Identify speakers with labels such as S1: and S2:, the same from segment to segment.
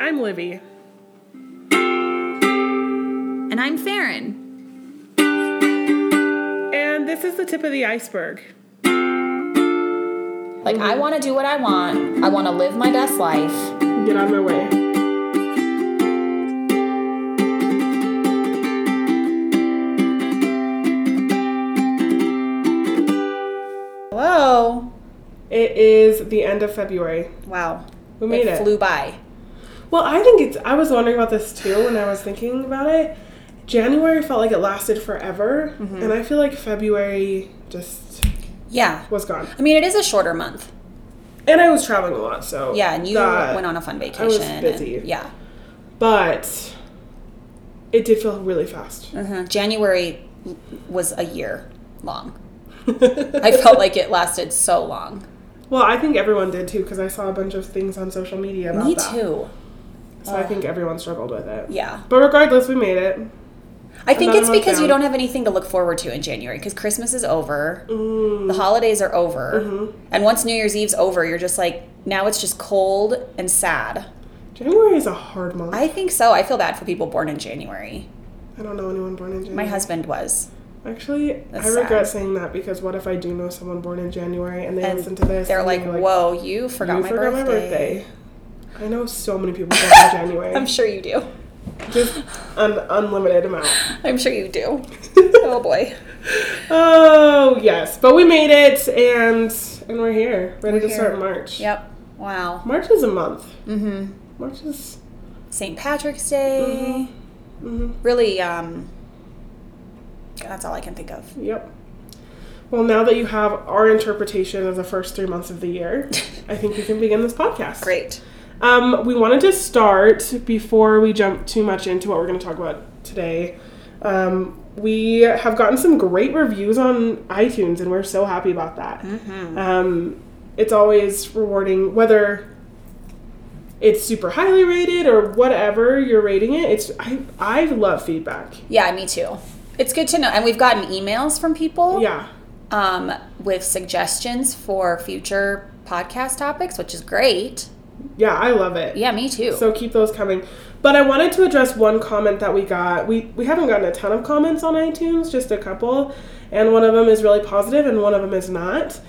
S1: I'm Livy.
S2: And I'm Farron.
S1: And this is the tip of the iceberg.
S3: Like, I want to do what I want. I want to live my best life.
S1: Get on my way.
S3: Hello.
S1: It is the end of February.
S3: Wow.
S1: We made it.
S3: flew by.
S1: Well, I think it's. I was wondering about this too when I was thinking about it. January felt like it lasted forever, and I feel like February just
S3: Yeah.
S1: was gone.
S3: I mean, it is a shorter month.
S1: And I was traveling a lot, so
S3: Yeah, and you
S1: that-
S3: went on a fun vacation.
S1: was
S3: and-
S1: busy.
S3: yeah.
S1: But it did feel really fast.
S3: Uh-huh. January was a year long. I felt like it lasted so long.
S1: Well, I think everyone did too because I saw a bunch of things on social media about
S3: Me
S1: that.
S3: too.
S1: So I think everyone struggled with it.
S3: Yeah.
S1: But regardless, we made it.
S3: I think
S1: Another
S3: it's
S1: month
S3: because you
S1: down.
S3: don't have anything to look forward to in January because Christmas is over,
S1: Mm.
S3: the holidays are over,
S1: Mm-hmm.
S3: and once New Year's Eve's over, you're just like now it's just cold and sad.
S1: January is a hard month. I,
S3: I think so. I feel bad for people born in January.
S1: don't know anyone born in January.
S3: My husband was,
S1: Actually,
S3: That's
S1: I regret
S3: sad.
S1: saying that because what if I do know someone born in January and they
S3: and
S1: listen to this?
S3: they're
S1: and
S3: like, "Whoa, you
S1: You
S3: forgot, my,
S1: forgot
S3: birthday.
S1: my birthday." I know so many people born in January.
S3: I'm sure you do.
S1: Just an unlimited amount.
S3: I'm sure you do. oh boy,
S1: Oh yes, but we made it, and and we're here, ready
S3: We're
S1: to
S3: here.
S1: start March.
S3: yep. Wow.
S1: March is a month. Mm-hmm. March is
S3: St. Patrick's Day.
S1: Mm-hmm.
S3: Really, um, that's all I can think of.
S1: yep. Well, now that you have our interpretation of the first three months of the year, I think we can begin this podcast.
S3: Great.
S1: Um, we wanted to start before we jump too much into what we're going to talk about today. Um, we have gotten some great reviews on iTunes, and we're so happy about that. Um, it's always rewarding, whether it's super highly rated or whatever you're rating it. It's I I love feedback.
S3: Yeah, me too. It's good to know. And we've gotten emails from people
S1: Yeah,
S3: um, with suggestions for future podcast topics, which is great.
S1: yeah, I love it.
S3: Yeah, me too.
S1: So keep those coming. But I wanted to address one comment that we got. We we haven't gotten a ton of comments on iTunes, just a couple, and one of them is really positive and one of them is not.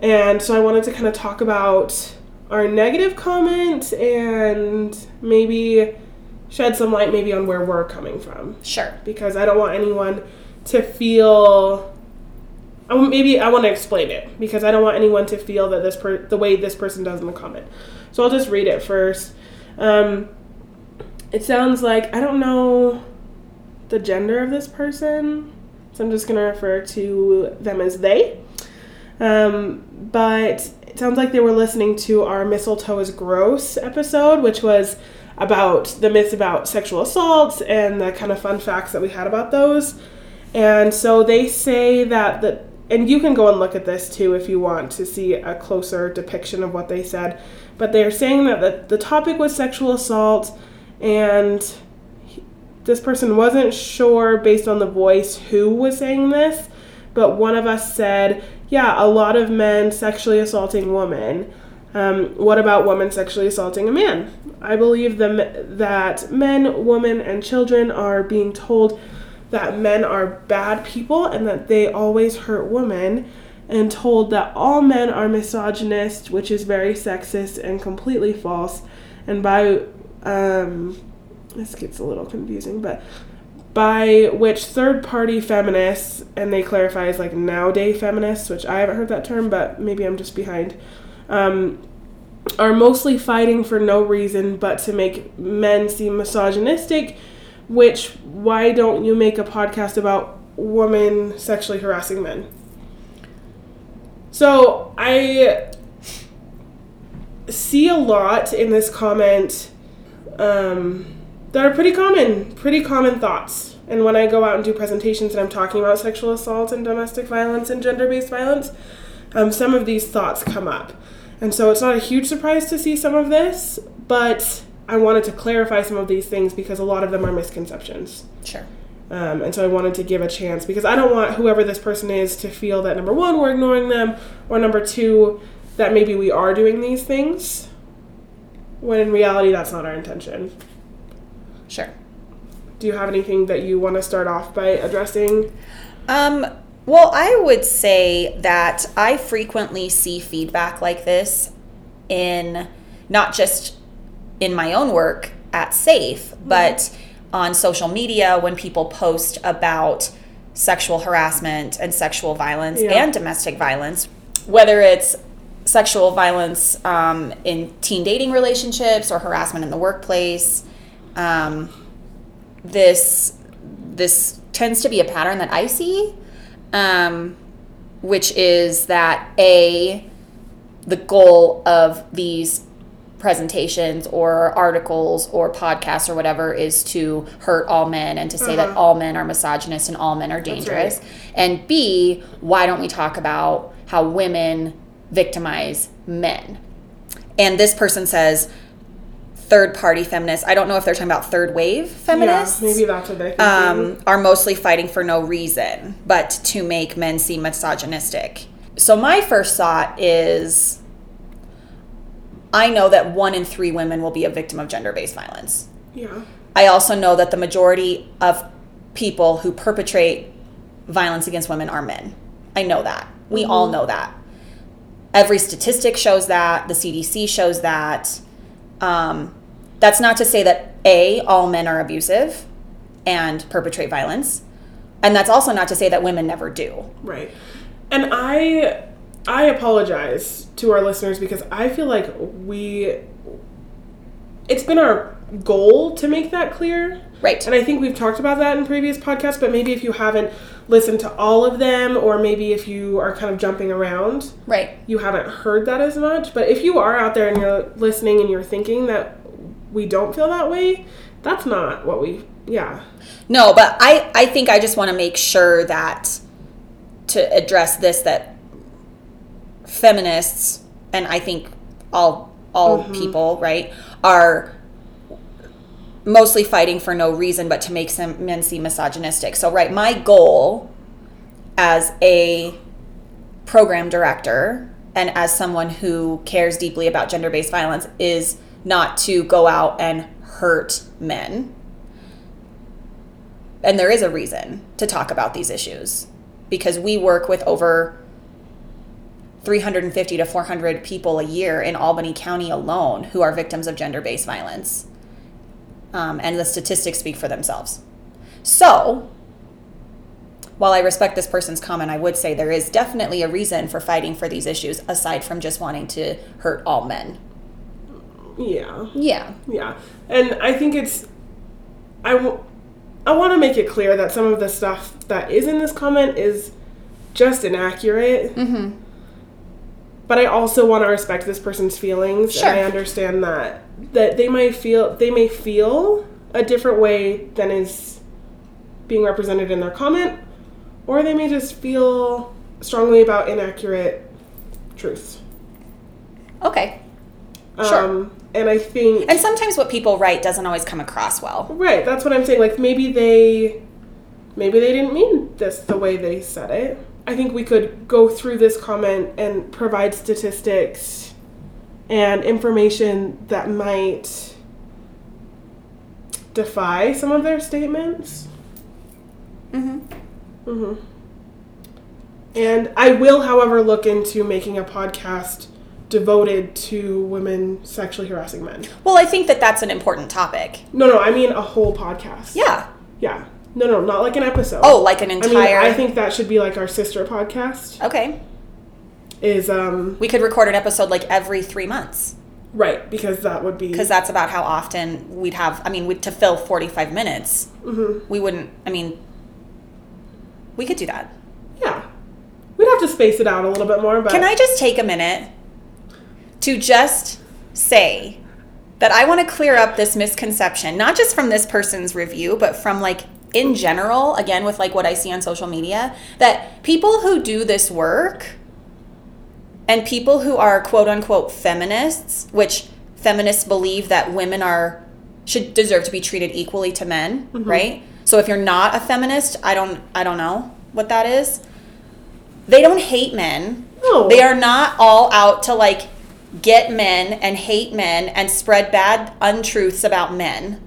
S1: And so I wanted to kind of talk about our negative comment and maybe shed some light maybe on where we're coming from
S3: sure.
S1: because I don't want anyone to feel. I want- Maybe I want to explain it because I don't want anyone to feel that this per, the way this person does in the comment. So I'll just read it first. Um, it sounds like I don't know the gender of this person, so I'm just gonna refer to them as they. Um, but it sounds like they were listening to our mistletoe is gross episode, which was about the myths about sexual assaults and the kind of fun facts that we had about those. And so they say that the and you can go and look at this too if you want to see a closer depiction of what they said. But they're saying that the, the topic was sexual assault and this person wasn't sure based on the voice who was saying this, but one of us said, Yeah, a lot of men sexually assaulting women. Um, what about women sexually assaulting a man? I believe them that men, women, and children are being told that men are bad people and that they always hurt women, and told that all men are misogynist, which is very sexist and completely false. And by um, this gets a little confusing, but by which third party feminists, and they clarify as like nowadays feminists, which I haven't heard that term, but maybe I'm just behind, um, are mostly fighting for no reason but to make men seem misogynistic. Which, why don't you make a podcast about women sexually harassing men? So I see a lot in this comment um, that are pretty common, pretty common thoughts. And when I go out and do presentations and I'm talking about sexual assault and domestic violence and gender based violence, um, some of these thoughts come up. And so it's not a huge surprise to see some of this, but I wanted to clarify some of these things because a lot of them are misconceptions.
S3: Sure.
S1: Um, and so I wanted to give a chance because I don't want whoever this person is to feel that number one, we're ignoring them, or number two, that maybe we are doing these things. When in reality, that's not our intention.
S3: Sure.
S1: Do you have anything that you want to start off by addressing?
S3: Um, well, I would say that I frequently see feedback like this in not just in my own work at Safe, but on social media when people post about sexual harassment and sexual violence
S1: Yeah.
S3: and domestic violence, whether it's sexual violence um, in teen dating relationships or harassment in the workplace. Um, this this tends to be a pattern that I see, um, which is that a the goal of these presentations or articles or podcasts or whatever is to hurt all men and to say
S1: Uh-huh.
S3: that all men are misogynist and all men are dangerous. And B, why don't we talk about how women victimize men? And this person says third party feminists. I don't know if they're talking about third wave feminists
S1: Yeah, maybe that's what they're thinking.
S3: um, are mostly fighting for no reason but to make men seem misogynistic. So, my first thought is I know that one in three women will be a victim of gender based violence.
S1: yeah.
S3: I also know that the majority of people who perpetrate violence against women are men. I know that. We
S1: Mm-hmm.
S3: all know that. Every statistic shows that. The CDC shows that. Um, that's not to say that A, all men are abusive and perpetrate violence. And that's also not to say that women never do.
S1: Right. And I I apologize to our listeners because I feel like we it's been our goal to make that clear.
S3: Right.
S1: And I think we've talked about that in previous podcasts, but maybe if you haven't listened to all of them or maybe if you are kind of jumping around,
S3: Right.
S1: you haven't heard that as much. But if you are out there and you're listening and you're thinking that we don't feel that way, that's not what we yeah.
S3: No, but I, I think I just want to make sure that to address this that feminists and I think all all people, right, are mostly fighting for no reason but to make some men seem misogynistic. So right, my goal as a program director and as someone who cares deeply about gender-based violence is not to go out and hurt men and there is a reason to talk about these issues because we work with over 350 to 400 people a year in Albany County alone who are victims of gender based violence. Um, and the statistics speak for themselves. So, while I respect this person's comment, I would say there is definitely a reason for fighting for these issues aside from just wanting to hurt all men.
S1: Yeah.
S3: Yeah.
S1: Yeah, and I think it's I want to make it clear that some of the stuff that is in this comment is just inaccurate. Mm-hmm. But I also want to respect this person's feelings,
S3: Sure.
S1: and I understand that that they might feel they may feel a different way than is being represented in their comment, or they may just feel strongly about inaccurate truths.
S3: Okay. Sure.
S1: Um, and I think
S3: And sometimes what people write doesn't always come across well.
S1: Right, that's what I'm saying. Like maybe they maybe they didn't mean this the way they said it. I think we could go through this comment and provide statistics and information that might defy some of their statements.
S3: Mm-hmm.
S1: Mhm. And I will, however, look into making a podcast devoted to women sexually harassing men.
S3: Well, I think that that's an important topic.
S1: No, no, I mean a whole podcast.
S3: Yeah.
S1: Yeah. No, no, not like an episode.
S3: Oh, like an
S1: I mean,
S3: entire.
S1: I think that should be like our sister podcast.
S3: Okay.
S1: Is um
S3: We could record an episode like every three months
S1: right because that would be
S3: because that's about how often we'd have. I mean, we'd, to fill forty-five minutes,
S1: Mm-hmm.
S3: we wouldn't. I mean, we could do that.
S1: yeah. We'd have to space it out a little bit more, but
S3: Can I just take a minute to just say that I want to clear up this misconception, not just from this person's review, but from like in general, again, with like what I see on social media, that people who do this work and people who are quote unquote feminists, which feminists believe that women are should deserve to be treated equally to men, right? So if you're not a feminist, I don't I don't know what that is. They don't hate men.
S1: No.
S3: They are not all out to like get men and hate men and spread bad untruths about men.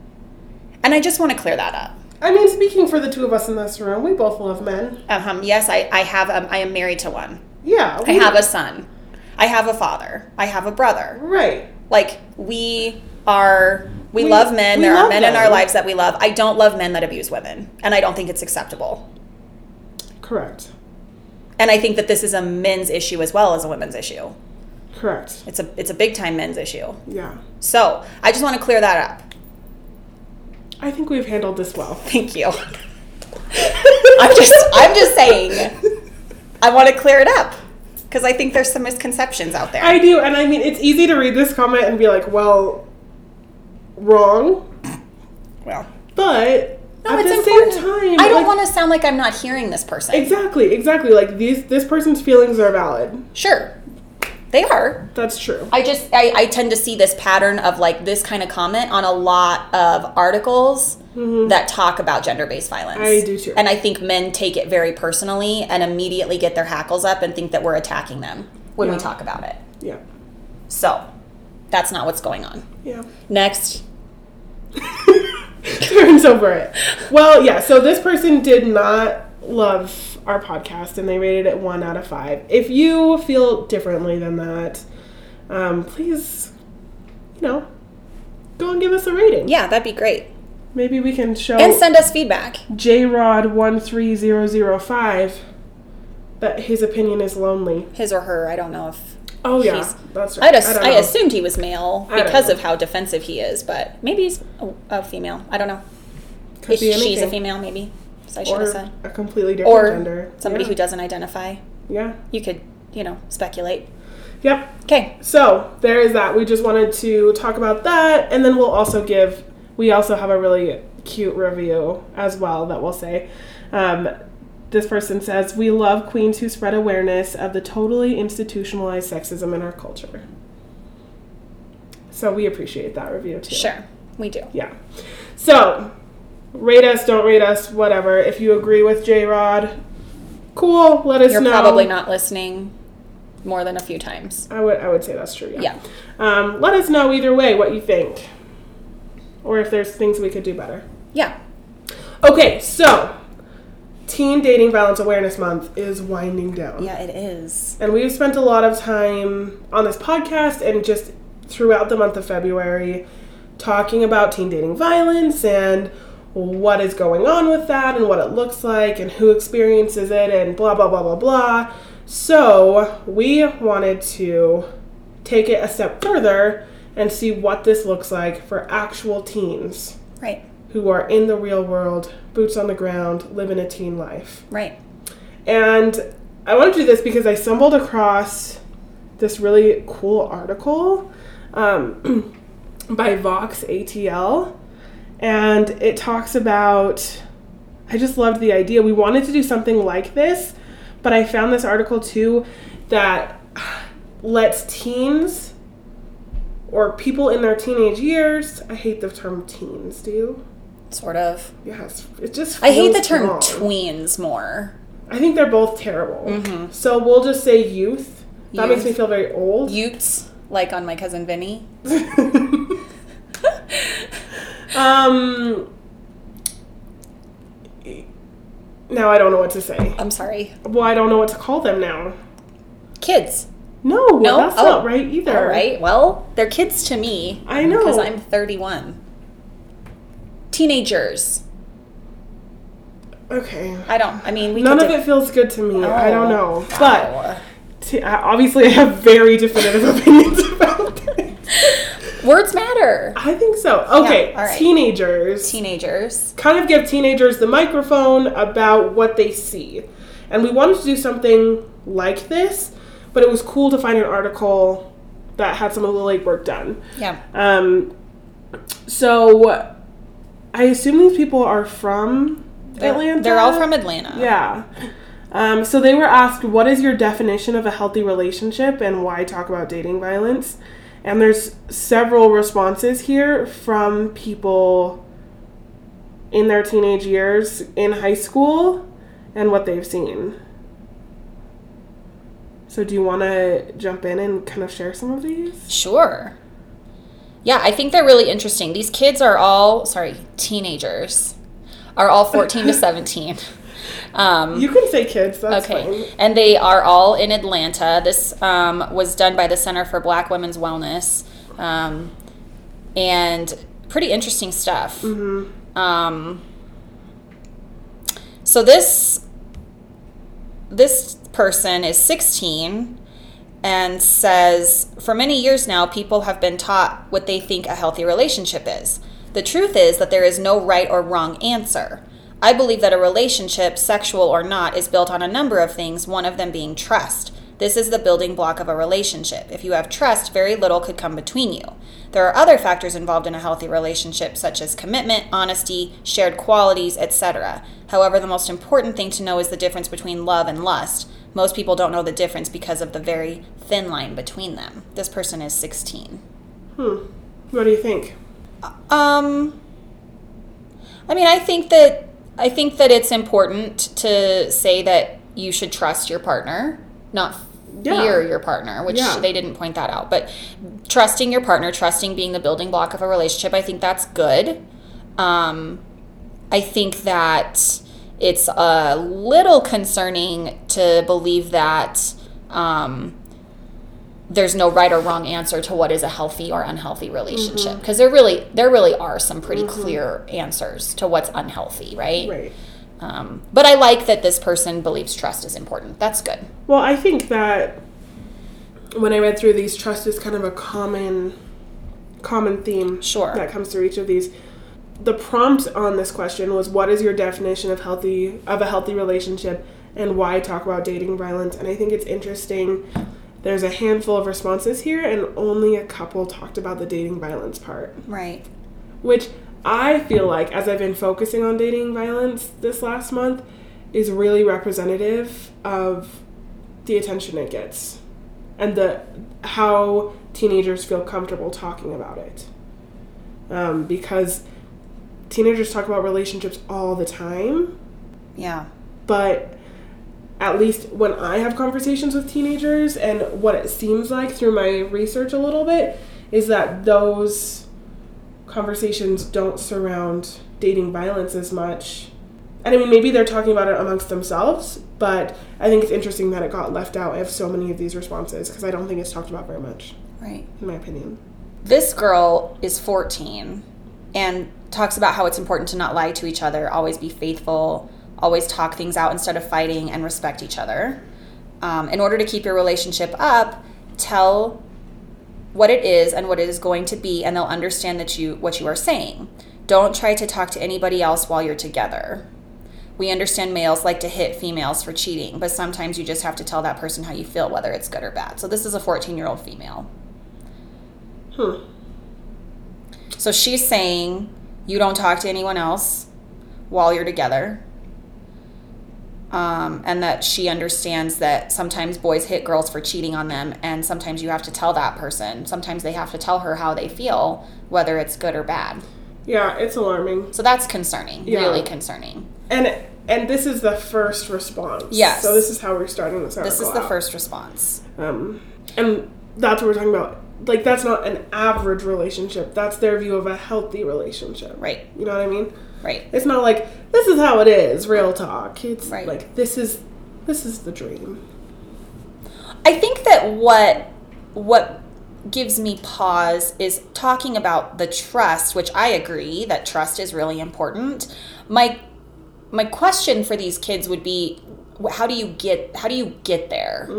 S3: And I just want to clear that up.
S1: I mean, speaking for the two of us in this room, we both love men.
S3: Um, yes, I, I have. Um, I am married to one.
S1: Yeah.
S3: I
S1: we-
S3: have a son. I have a father. I have a brother.
S1: Right.
S3: Like we are. We,
S1: We-
S3: love men.
S1: we
S3: there are
S1: love
S3: men in
S1: them.
S3: our lives that we love. I don't love men that abuse women, and I don't think it's acceptable.
S1: Correct.
S3: And I think that this is a men's issue as well as a women's issue.
S1: Correct.
S3: It's a it's a big time men's issue.
S1: Yeah.
S3: So I just want to clear that up.
S1: I think we've handled this well.
S3: Thank you. I'm just I'm just saying I want to clear it up because I think there's some misconceptions out there.
S1: I do, and I mean, it's easy to read this comment and be like, well, wrong,
S3: well,
S1: but
S3: no,
S1: at
S3: it's
S1: the
S3: important.
S1: same time,
S3: I don't
S1: like-
S3: want to sound like I'm not hearing this person.
S1: Exactly, exactly. Like these, this person's feelings are valid.
S3: sure, they are.
S1: That's true.
S3: I just I, I tend to see this pattern of like this kind of comment on a lot of articles that talk about gender based violence.
S1: Mm-hmm. I do too.
S3: And I think men take it very personally and immediately get their hackles up and think that we're attacking them when
S1: Yeah.
S3: we talk about it.
S1: Yeah,
S3: So that's not what's going on.
S1: yeah.
S3: Next.
S1: Turns over it. Well, yeah. So this person did not love our podcast, and they rated it one out of five. If you feel differently than that, um, please, you know, go and give us a rating.
S3: Yeah, that'd be great.
S1: Maybe we can show
S3: And send us feedback.
S1: Jrod one three zero zero five that his opinion is lonely.
S3: His or her, I don't know if
S1: Oh yeah,
S3: He's-
S1: that's right.
S3: I'd as-
S1: don't
S3: I,
S1: know.
S3: assumed he was male
S1: I don't
S3: because
S1: know.
S3: of how defensive he is, but maybe he's a, a female. I don't know.
S1: Could be
S3: If she's a
S1: anything.
S3: female, maybe. So I should
S1: or
S3: have said.
S1: a completely different
S3: Or
S1: gender.
S3: somebody
S1: yeah.
S3: who doesn't identify.
S1: Yeah.
S3: You could, you know, speculate.
S1: Yep.
S3: Okay.
S1: So there is that. We just wanted to talk about that, and then we'll also give. We also have a really cute review as well that we'll say. Um, this person says, "We love queens who spread awareness of the totally institutionalized sexism in our culture." So we appreciate that review too.
S3: Sure. We do.
S1: Yeah. So, rate us, don't rate us, whatever. If you agree with J Rod, cool. Let us
S3: You're
S1: know.
S3: probably not listening more than a few times.
S1: I would. I would say that's true. Yeah.
S3: Yeah.
S1: Um, let us know either way what you think, or if there's things we could do better.
S3: Yeah.
S1: Okay. So, Teen Dating Violence Awareness Month is winding down.
S3: Yeah, it is.
S1: And we've spent a lot of time on this podcast and just throughout the month of February talking about teen dating violence and what is going on with that and what it looks like and who experiences it and blah, blah, blah, blah, blah. So we wanted to take it a step further and see what this looks like for actual teens
S3: Right.
S1: who are in the real world, boots on the ground, living a teen life.
S3: Right.
S1: And I want to do this because I stumbled across this really cool article um, by Vox ATL. And it talks about, I just loved the idea. We wanted to do something like this, but I found this article too that lets teens or people in their teenage years, I hate the term teens, do you?
S3: Sort of.
S1: Yes, it just
S3: I hate the
S1: feels
S3: term
S1: wrong.
S3: tweens more.
S1: I think they're both terrible. So we'll just say youth. That makes
S3: Mm-hmm. Youth.
S1: me feel very old.
S3: Utes, like on my cousin Vinny.
S1: um. Now I don't know what to say.
S3: I'm sorry.
S1: Well, I don't know what to call them now.
S3: Kids.
S1: No,
S3: No?
S1: that's
S3: Oh.
S1: not right either.
S3: All right. Well, they're kids to me.
S1: I know.
S3: Because I'm 31. Teenagers.
S1: Okay.
S3: I don't. I mean, we.
S1: None
S3: could
S1: of
S3: do-
S1: it feels good to me. I don't know.
S3: Oh,
S1: But
S3: wow.
S1: t- I- obviously, I have very definitive opinions about this.
S3: words matter.
S1: I think so. Okay,
S3: Yeah, all right.
S1: teenagers.
S3: Teenagers.
S1: kind of give teenagers the microphone about what they see. And we wanted to do something like this, but it was cool to find an article that had some of the legwork done.
S3: Yeah.
S1: Um, so I assume these people are from Atlanta.
S3: They're all from Atlanta.
S1: Yeah. Um, so they were asked, what is your definition of a healthy relationship and why talk about dating violence? And there's several responses here from people in their teenage years in high school and what they've seen. So, do you want to jump in and kind of share some of these?
S3: Sure. Yeah, I think they're really interesting. These kids are all, sorry, teenagers, are all 14 to 17. Um,
S1: You can say kids. That's
S3: Okay.
S1: fine.
S3: And they are all in Atlanta. This um, was done by the Center for Black Women's Wellness. Um, and pretty interesting stuff.
S1: Mm-hmm.
S3: Um, so this this person is 16 and says for many years now people have been taught what they think a healthy relationship is the truth is that there is no right or wrong answer i believe that a relationship sexual or not is built on a number of things one of them being trust this is the building block of a relationship if you have trust very little could come between you there are other factors involved in a healthy relationship such as commitment honesty shared qualities etc however the most important thing to know is the difference between love and lust most people don't know the difference because of the very thin line between them. This person is 16.
S1: What do you think?
S3: Um I mean, I think that I think that it's important to say that you should trust your partner, not
S1: Yeah.
S3: fear your partner, which
S1: Yeah.
S3: they didn't point that out. But trusting your partner, trusting being the building block of a relationship, I think that's good. Um I think that it's a little concerning to believe that um, there's no right or wrong answer to what is a healthy or unhealthy relationship because there really there really are some pretty clear answers to what's unhealthy, Mm-hmm. right?
S1: Right.
S3: Um, but I like that this person believes trust is important. That's good.
S1: Well, I think that when I read through these, trust is kind of a common common theme
S3: Sure.
S1: that comes through each of these. The prompt on this question was what is your definition of healthy of a healthy relationship and why talk about dating violence? And I think it's interesting there's a handful of responses here and only a couple talked about the dating violence part
S3: Right.
S1: which I feel like, as I've been focusing on dating violence this last month, is really representative of the attention it gets and the how teenagers feel comfortable talking about it. Um, because teenagers talk about relationships all the time,
S3: Yeah.
S1: but at least when I have conversations with teenagers and what it seems like through my research a little bit is that those conversations don't surround dating violence as much. And I mean, maybe they're talking about it amongst themselves, but I think it's interesting that it got left out of so many of these responses because I don't think it's talked about very much,
S3: Right.
S1: in my opinion.
S3: This girl is 14 and talks about how it's important to not lie to each other, always be faithful, always talk things out instead of fighting, and respect each other. Um, in order to keep your relationship up, tell what it is and what it is going to be, and they'll understand that you what you are saying. Don't try to talk to anybody else while you're together. We understand males like to hit females for cheating, but sometimes you just have to tell that person how you feel, whether it's good or bad. So this is a 14 year old female.
S1: Hmm.
S3: So she's saying you don't talk to anyone else while you're together. Um, and that she understands that sometimes boys hit girls for cheating on them, and sometimes you have to tell that person. Sometimes they have to tell her how they feel, whether it's good or bad.
S1: Yeah, it's alarming.
S3: So that's concerning,
S1: Yeah.
S3: really concerning.
S1: And and this is the first response.
S3: Yes.
S1: So this is how we're starting this article.
S3: This is the
S1: out.
S3: first response.
S1: Um, and that's what we're talking about. Like, that's not an average relationship. That's their view of a healthy relationship.
S3: Right,
S1: You know what I mean?
S3: right,
S1: It's not like, this is how it is, real talk. It's
S3: Right.
S1: like, this is, this is the dream.
S3: I think that what what gives me pause is talking about the trust, which I agree that trust is really important. My my question for these kids would be wh- how do you get how do you get there?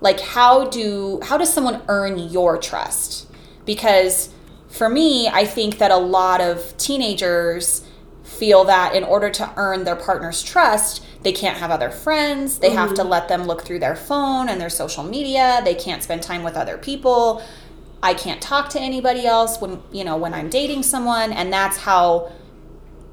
S3: Like how do how does someone earn your trust? Because for me, I think that a lot of teenagers feel that in order to earn their partner's trust, they can't have other friends. They have to let them look through their phone and their social media. They can't spend time with other people. I can't talk to anybody else when, you know, when I'm dating someone and that's how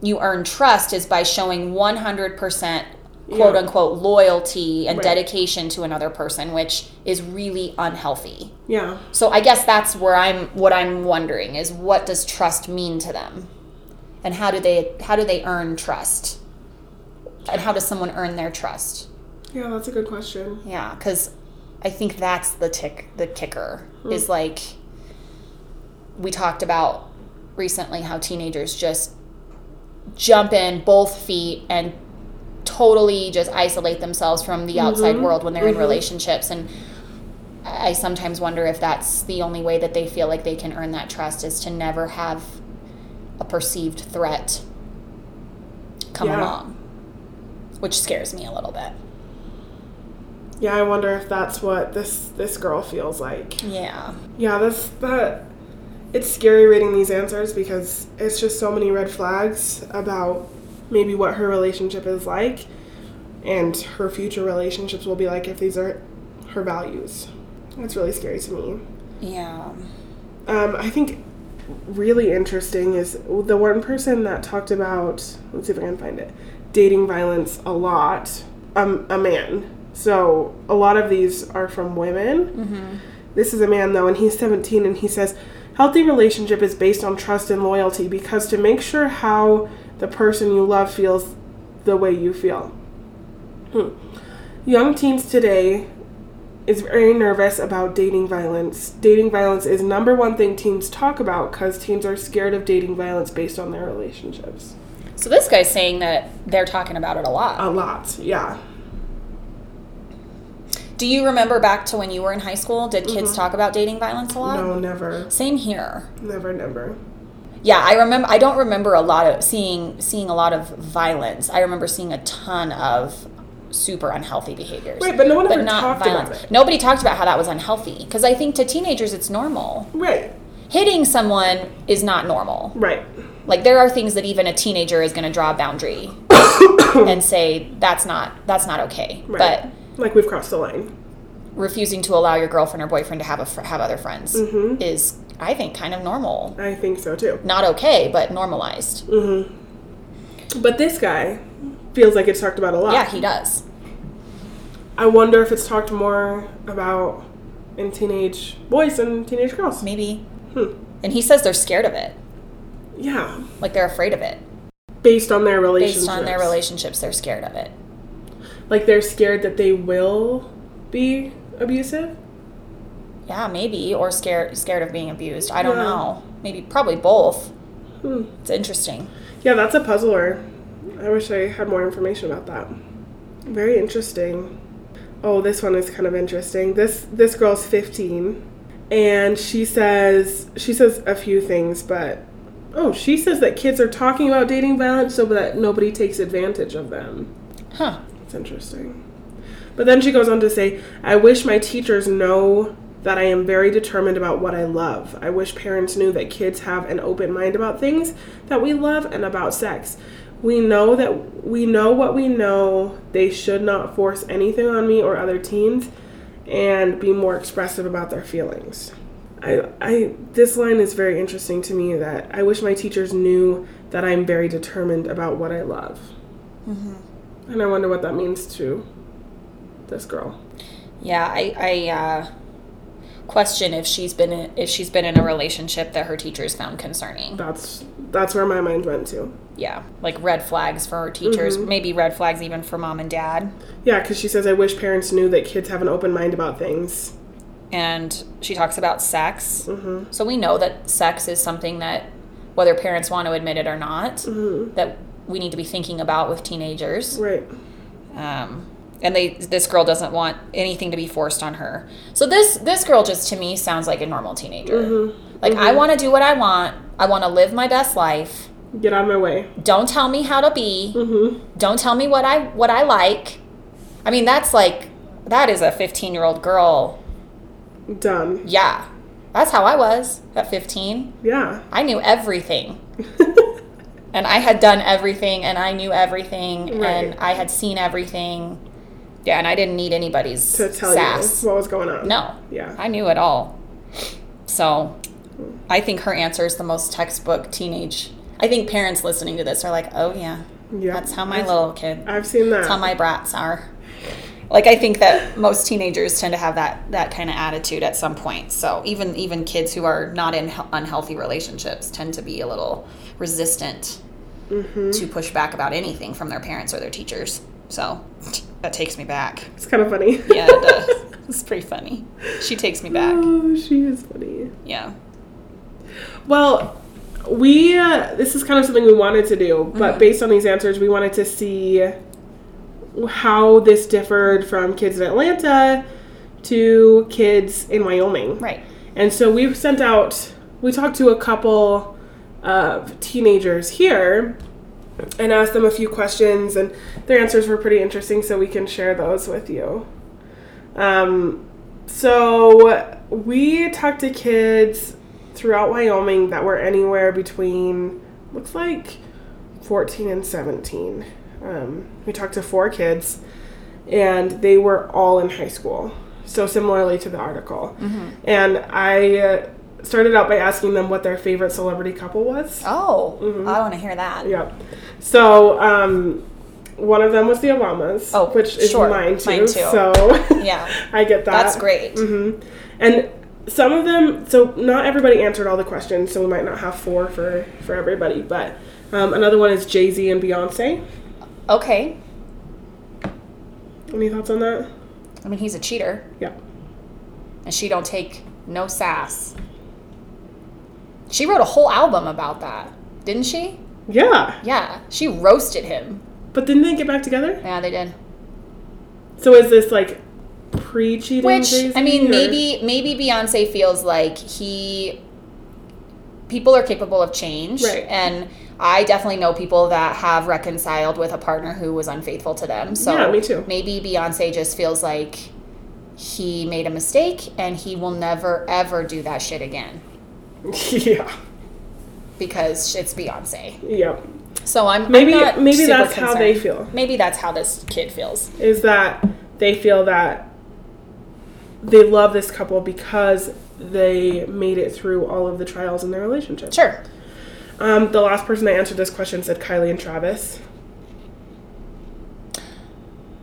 S3: you earn trust is by showing 100% quote
S1: Yeah.
S3: unquote loyalty and
S1: Right.
S3: dedication to another person, which is really unhealthy.
S1: Yeah.
S3: So I guess that's where I'm what I'm wondering is what does trust mean to them? And how do they how do they earn trust? And how does someone earn their trust?
S1: Yeah, that's a good question.
S3: Yeah, cuz I think that's the tick the kicker is like we talked about recently how teenagers just jump in both feet and totally just isolate themselves from the outside world when they're in relationships and I sometimes wonder if that's the only way that they feel like they can earn that trust is to never have a perceived threat come
S1: Yeah.
S3: along, which scares me a little bit.
S1: Yeah, I wonder if that's what this this girl feels like.
S3: Yeah.
S1: Yeah, that's that. It's scary reading these answers because it's just so many red flags about maybe what her relationship is like and her future relationships will be like if these are her values. That's really scary to me.
S3: Yeah.
S1: Um, I think really interesting is the one person that talked about, let's see if I can find it, dating violence a lot, um, a man. So a lot of these are from women. This is a man, though, and he's 17, and he says, Healthy relationship is based on trust and loyalty because to make sure how the person you love feels the way you feel. Hmm. Young teens today is very nervous about dating violence. Dating violence is number one thing teens talk about because teens are scared of dating violence based on their relationships.
S3: So this guy's saying that they're talking about it a lot.
S1: A lot, yeah.
S3: Do you remember back to when you were in high school? Did kids talk about dating violence a lot?
S1: Mm-hmm. No, never,
S3: Same here.
S1: never, never.
S3: Yeah, I remember. I don't remember a lot of seeing seeing a lot of violence. I remember seeing a ton of super unhealthy behaviors.
S1: Right, but no one ever talked about it.
S3: Nobody talked about how that was unhealthy because I think to teenagers it's normal.
S1: Right,
S3: Hitting someone is not normal.
S1: right.
S3: Like there are things that even a teenager is going to draw a boundary and say that's not that's not okay.
S1: Right.
S3: But
S1: like we've crossed the line.
S3: refusing to allow your girlfriend or boyfriend to have a fr- have other friends
S1: Mm-hmm.
S3: is I think kind of normal.
S1: I think so too.
S3: Not okay, but normalized.
S1: Mm-hmm. But this guy feels like it's talked about a lot.
S3: Yeah, he does.
S1: I wonder if it's talked more about in teenage boys and teenage girls.
S3: Maybe.
S1: Hmm.
S3: And he says they're scared of it.
S1: Yeah,
S3: Like they're afraid of it.
S1: based on their relationships.
S3: Based on their relationships, they're scared of it.
S1: Like they're scared that they will be abusive.
S3: Yeah, maybe or scared scared of being abused. I don't
S1: Yeah.
S3: know. Maybe probably both.
S1: Hmm.
S3: It's interesting.
S1: Yeah, that's a puzzler. I wish I had more information about that. Very interesting. Oh, this one is kind of interesting. This this girl's 15 and she says she says a few things, but oh, she says that kids are talking about dating violence so that nobody takes advantage of them.
S3: Huh.
S1: That's interesting. But then she goes on to say, I wish my teachers know that I am very determined about what I love. I wish parents knew that kids have an open mind about things that we love and about sex. We know that we know what we know. They should not force anything on me or other teens and be more expressive about their feelings. I, I this line is very interesting to me that I wish my teachers knew that I'm very determined about what I love. And I wonder what that means to this girl.
S3: Yeah, I, I uh, question if she's been in, if she's been in a relationship that her teachers found concerning.
S1: That's that's where my mind went to.
S3: yeah, like red flags for teachers, maybe red flags even for mom and dad.
S1: Yeah, because she says, "I wish parents knew that kids have an open mind about things."
S3: And she talks about sex. So we know that sex is something that, whether parents want to admit it or not, that we need to be thinking about with teenagers.
S1: Right.
S3: Um, and they, this girl doesn't want anything to be forced on her. So this this girl just to me sounds like a normal teenager. Like I want to do what I want. I want to live my best life.
S1: Get out of my way.
S3: don't tell me how to be
S1: Mm-hmm.
S3: don't tell me what i what i like i mean that's like that is a 15 year old girl
S1: Done.
S3: yeah that's how i was at 15
S1: Yeah.
S3: i knew everything and i had done everything and i knew everything
S1: Right.
S3: and i had seen everything yeah and i didn't need anybody's
S1: to tell
S3: sass
S1: you what was going on.
S3: no
S1: Yeah.
S3: i knew it all so i think her answer is the most textbook teenage i think parents listening to this are like oh yeah
S1: yeah.
S3: that's how my little kid.
S1: I've seen that.
S3: That's how my brats are. Like I think that most teenagers tend to have that that kind of attitude at some point. So even even kids who are not in he- unhealthy relationships tend to be a
S1: Mm-hmm.
S3: little resistant to push back about anything from their parents or their teachers. So that takes me back.
S1: It's kind of funny.
S3: Yeah, it does. it's pretty funny. She takes me back.
S1: Oh, she is funny.
S3: Yeah.
S1: Well, we uh, this is kind of something we wanted to do, but based on these answers, we wanted to see how this differed from kids in Atlanta to kids in Wyoming.
S3: Right.
S1: And so we've sent out, we talked to a couple of teenagers here and asked them a few questions, and their answers were pretty interesting, so we can share those with you. Um, so we talked to kids throughout Wyoming that were anywhere between, looks like 14 and 17. Um, we talked to four kids, and they were all in high school. So, similarly to the article.
S3: Mm-hmm.
S1: And I uh, started out by asking them what their favorite celebrity couple was.
S3: Oh, I want to hear that.
S1: Yep. So, um, one of them was the Obamas,
S3: Oh,
S1: which is
S3: sure.
S1: mine too.
S3: Mine too.
S1: So,
S3: Yeah.
S1: I get that.
S3: That's great.
S1: And some of them, so not everybody answered all the questions, so we might not have four for for everybody. But um, another one is Jay Z and Beyonce.
S3: Okay.
S1: Any thoughts on that?
S3: I mean, he's a cheater,
S1: Yeah.
S3: and she don't take no sass. She wrote a whole album about that, didn't she?
S1: Yeah.
S3: Yeah, she roasted him.
S1: But didn't they get back together?
S3: Yeah, they did.
S1: So is this like pre cheating?
S3: Which I mean, maybe maybe Beyonce feels like he people are capable of change,
S1: Right.
S3: and I definitely know people that have reconciled with a partner who was unfaithful to them. So
S1: Yeah, me too.
S3: Maybe Beyonce just feels like he made a mistake and he will never ever do that shit again
S1: yeah.
S3: because it's Beyonce.
S1: Yep.
S3: So I'm I'm
S1: Maybe-
S3: not
S1: maybe
S3: super
S1: that's how they
S3: concerned.
S1: feel.
S3: Maybe that's how this kid feels.
S1: Is that they feel that they love this couple because they made it through all of the trials in their relationship.
S3: Sure.
S1: Um, the last person that answered this question said Kylie and Travis.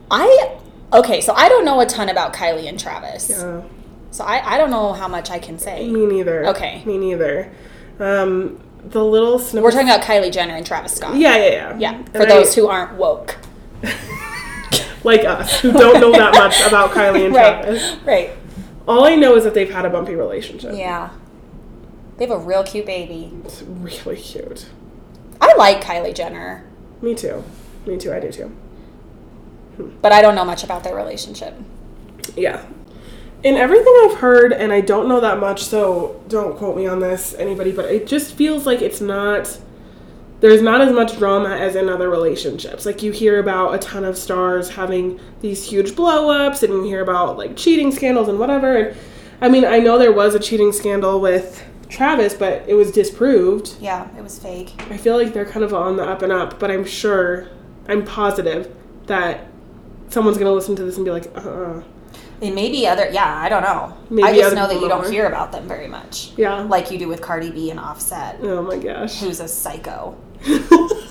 S3: I okay, so I don't know a ton about Kylie and Travis.
S1: Uh,
S3: So I, I don't know how much I can say.
S1: me neither.
S3: Okay.
S1: Me neither. Um, the little snippet.
S3: We're talking about Kylie Jenner and Travis Scott.
S1: Yeah, yeah, yeah.
S3: Yeah.
S1: And
S3: For
S1: I-
S3: those who aren't woke.
S1: like us who don't know that much about Kylie and Travis.
S3: Right.
S1: All I know is that they've had a bumpy relationship.
S3: Yeah. They have a real cute baby.
S1: It's really cute.
S3: I like Kylie Jenner,
S1: Me too. Me too. I do too.
S3: but I don't know much about their relationship.
S1: Yeah. In everything I've heard, and I don't know that much, so don't quote me on this, anybody, but it just feels like it's not. There's not as much drama as in other relationships. Like, you hear about a ton of stars having these huge blow ups, and you hear about like cheating scandals and whatever. And I mean, I know there was a cheating scandal with Travis, but it was disproved.
S3: Yeah, it was fake.
S1: I feel like they're kind of on the up and up, but I'm sure, I'm positive that someone's gonna listen to this and be like, uh uh
S3: And maybe other yeah, I don't know. I
S1: Maybe
S3: just
S1: other
S3: know that
S1: people
S3: you
S1: know
S3: don't
S1: her.
S3: hear about them very much.
S1: Yeah.
S3: Like you do with Cardi B and Offset,
S1: Oh my gosh.
S3: who's a psycho.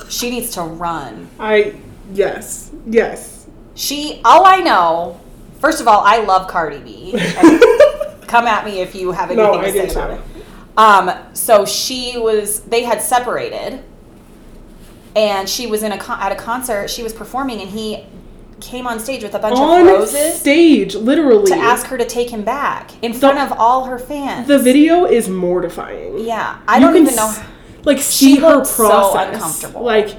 S3: She needs to run.
S1: I yes. Yes.
S3: She all I know, first of all, I love Cardi B. And come at me if you have anything
S1: no, I
S3: to say
S1: did
S3: about
S1: too.
S3: it. Um, so she was, they had separated, and she was in a con- at a concert. She was performing, and he came on stage with a bunch
S1: On
S3: of roses
S1: stage, literally.
S3: to ask her to take him back in front of all her fans.
S1: the video is mortifying.
S3: yeah, I
S1: You
S3: don't
S1: can
S3: even know.
S1: s- like see her
S3: looked so
S1: process.
S3: uncomfortable.
S1: Like